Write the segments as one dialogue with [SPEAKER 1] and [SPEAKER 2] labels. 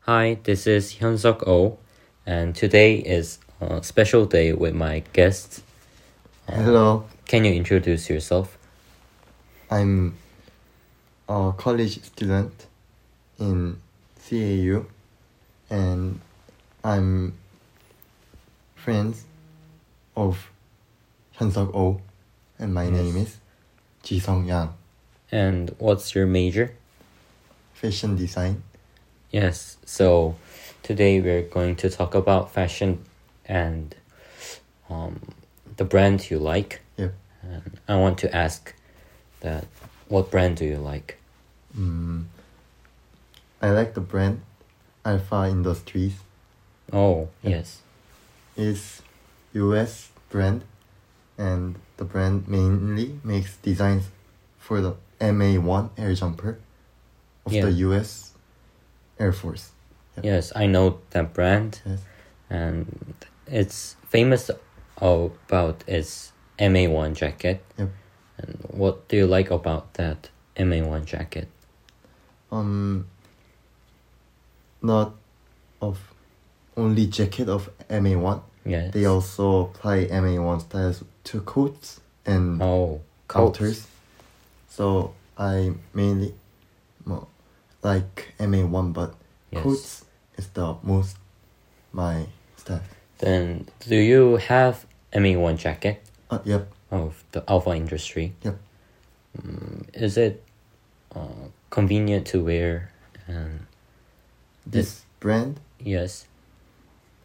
[SPEAKER 1] Hi, this is Hyunsuk Oh, and today is a special day with my guests.
[SPEAKER 2] Hello,
[SPEAKER 1] Can you introduce yourself?
[SPEAKER 2] I'm a college student in CAU and I'm friends of Hyunsuk Oh and my name is Ji Song Yang,
[SPEAKER 1] And what's your major?
[SPEAKER 2] fashion design.
[SPEAKER 1] Yes, so today we're going to talk about fashion and um, the brand you like.
[SPEAKER 2] Yep.
[SPEAKER 1] And I want to ask that what brand do you like?
[SPEAKER 2] Mm. I like the brand Alpha Industries.
[SPEAKER 1] Oh,
[SPEAKER 2] Yeah.
[SPEAKER 1] yes.
[SPEAKER 2] It's US brand and the brand mainly makes designs for the MA1 air jumper of
[SPEAKER 1] Yeah.
[SPEAKER 2] the US Air Force. Yeah.
[SPEAKER 1] Yes, I know that brand.
[SPEAKER 2] Yes.
[SPEAKER 1] and it's famous about its MA1 jacket.
[SPEAKER 2] Yep.
[SPEAKER 1] And what do you like about that MA1 jacket?
[SPEAKER 2] Um not of only jacket of MA1.
[SPEAKER 1] Yes.
[SPEAKER 2] They also apply MA1 styles to coats and
[SPEAKER 1] oh coats.
[SPEAKER 2] counters. So I mainly mo- like MA1, but
[SPEAKER 1] Yes.
[SPEAKER 2] coats is the most my style.
[SPEAKER 1] Then do you have MA1 jacket
[SPEAKER 2] Uh, yep,
[SPEAKER 1] of the Alpha industry? Mm,
[SPEAKER 2] yep.
[SPEAKER 1] Is it uh, convenient to wear? And
[SPEAKER 2] This brand
[SPEAKER 1] yes.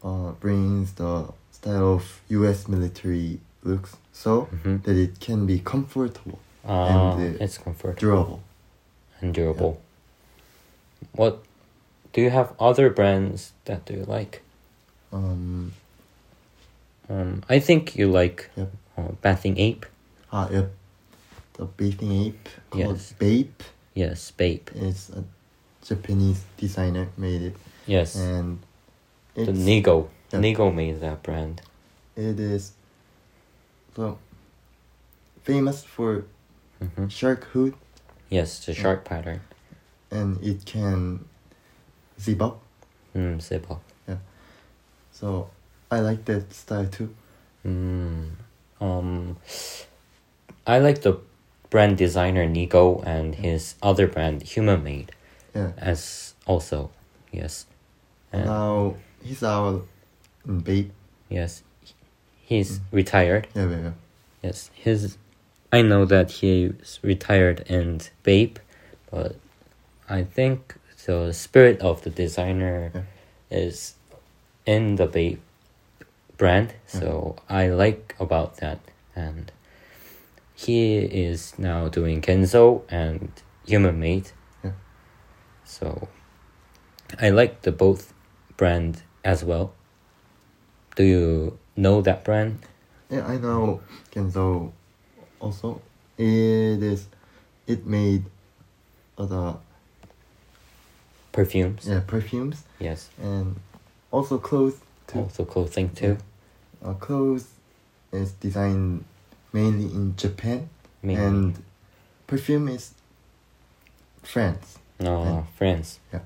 [SPEAKER 2] uh, brings the style of US military looks so
[SPEAKER 1] Mhm.
[SPEAKER 2] that it can be comfortable,
[SPEAKER 1] Uh,
[SPEAKER 2] And the
[SPEAKER 1] it's comfortable
[SPEAKER 2] durable.
[SPEAKER 1] and durable. What do you have other brands that do you like?
[SPEAKER 2] Um,
[SPEAKER 1] Um, I think you like
[SPEAKER 2] yep.
[SPEAKER 1] uh, Bathing Ape.
[SPEAKER 2] Ah, yep. The bathing ape called
[SPEAKER 1] Yes.
[SPEAKER 2] Bape
[SPEAKER 1] Yes, Bape.
[SPEAKER 2] is a Japanese designer made it,
[SPEAKER 1] Yes,
[SPEAKER 2] and it's
[SPEAKER 1] the Nigo.
[SPEAKER 2] Mm. yeah.
[SPEAKER 1] Nigo made that brand.
[SPEAKER 2] It is so famous for
[SPEAKER 1] hmm
[SPEAKER 2] shark hood
[SPEAKER 1] Yes, the shark pattern.
[SPEAKER 2] and it can zip up.
[SPEAKER 1] Mm, zip up.
[SPEAKER 2] Yeah. So I like that style too.
[SPEAKER 1] Mm. Um, I like the brand designer Nigo and his other brand Human Made
[SPEAKER 2] Yeah.
[SPEAKER 1] as also. Yes, and
[SPEAKER 2] Now he's our babe.
[SPEAKER 1] yes, he's retired.
[SPEAKER 2] Yeah, yeah, yeah.
[SPEAKER 1] Yes, his. I know that he's retired and Bape, but I think the spirit of the designer
[SPEAKER 2] Yeah.
[SPEAKER 1] is in the Bape brand.
[SPEAKER 2] Mm-hmm.
[SPEAKER 1] So I like about that, and he is now doing Kenzo and Human Made.
[SPEAKER 2] Yeah.
[SPEAKER 1] So I like the both brand as well. Do you know that brand?
[SPEAKER 2] Yeah, I know Kenzo. Also, it is. It made other
[SPEAKER 1] Perfumes.
[SPEAKER 2] yeah perfumes
[SPEAKER 1] Yes.
[SPEAKER 2] and also clothes too.
[SPEAKER 1] Also clothing too.
[SPEAKER 2] Uh, clothes is designed mainly in Japan,
[SPEAKER 1] Mainly.
[SPEAKER 2] and perfume is France.
[SPEAKER 1] No
[SPEAKER 2] and-
[SPEAKER 1] friends.
[SPEAKER 2] Yeah.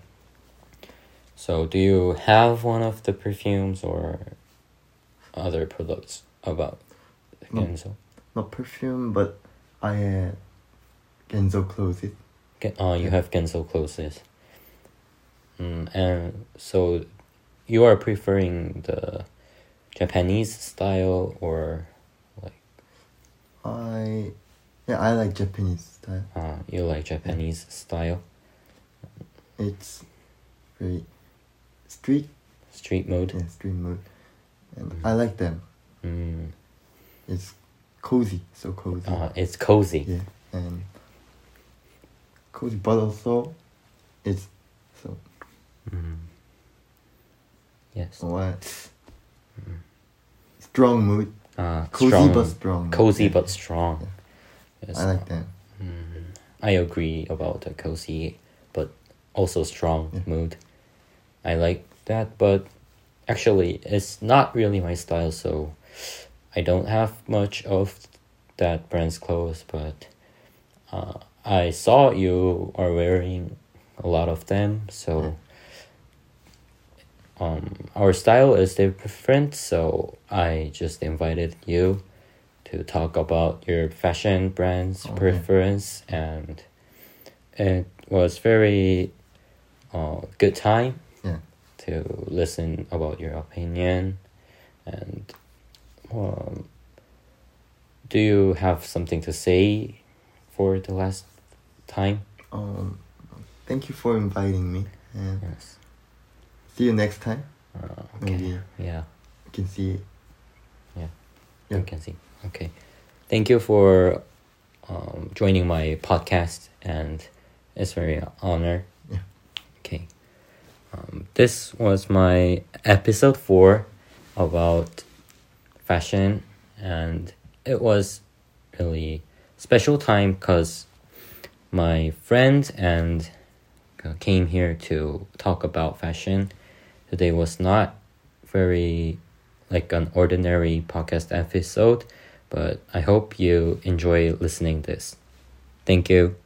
[SPEAKER 1] So do you have one of the perfumes or other products about
[SPEAKER 2] No.
[SPEAKER 1] Genzo?
[SPEAKER 2] Not perfume, but I had Genzo clothes. It.
[SPEAKER 1] Gen- uh, you
[SPEAKER 2] Yeah.
[SPEAKER 1] have Genzo clothes. Mm, and so you are preferring the Japanese style or like
[SPEAKER 2] I yeah, I like Japanese style.
[SPEAKER 1] uh, you like Japanese style,
[SPEAKER 2] It's very street
[SPEAKER 1] street mode?
[SPEAKER 2] and street mood, and
[SPEAKER 1] Mm-hmm.
[SPEAKER 2] I like them.
[SPEAKER 1] Mm,
[SPEAKER 2] It's cozy, so cozy.
[SPEAKER 1] uh, it's cozy.
[SPEAKER 2] Yeah, and cozy, but also it's so
[SPEAKER 1] Mm.
[SPEAKER 2] Oh,
[SPEAKER 1] Yes.
[SPEAKER 2] what strong mood.
[SPEAKER 1] Uh, Mm.
[SPEAKER 2] Cozy
[SPEAKER 1] strong,
[SPEAKER 2] but strong.
[SPEAKER 1] Cozy
[SPEAKER 2] Yeah.
[SPEAKER 1] but strong. Yes.
[SPEAKER 2] I like them.
[SPEAKER 1] Mm, I agree about the cozy but also strong
[SPEAKER 2] Yeah.
[SPEAKER 1] mood. I like that, but actually, it's not really my style, so I don't have much of that brand's clothes. But uh, I saw you are wearing a lot of them, so um, our style is different, so I just invited you to talk about your fashion brands
[SPEAKER 2] Okay.
[SPEAKER 1] preference, and it was very uh, good time
[SPEAKER 2] Yeah.
[SPEAKER 1] to listen about your opinion, and um, do you have something to say for the last time?
[SPEAKER 2] Um, thank you for inviting me. And
[SPEAKER 1] Yes.
[SPEAKER 2] see you next time.
[SPEAKER 1] Uh, okay.
[SPEAKER 2] Maybe
[SPEAKER 1] Yeah.
[SPEAKER 2] we can see.
[SPEAKER 1] Yeah.
[SPEAKER 2] Yeah.
[SPEAKER 1] You can see. Okay. Thank you for um, joining my podcast, and it's very honor.
[SPEAKER 2] Yeah.
[SPEAKER 1] Okay. Um, this was my episode four about fashion, and it was really special time because my friend and uh, came here to talk about fashion. Today was not very like an ordinary podcast episode, but I hope you enjoy listening this. Thank you.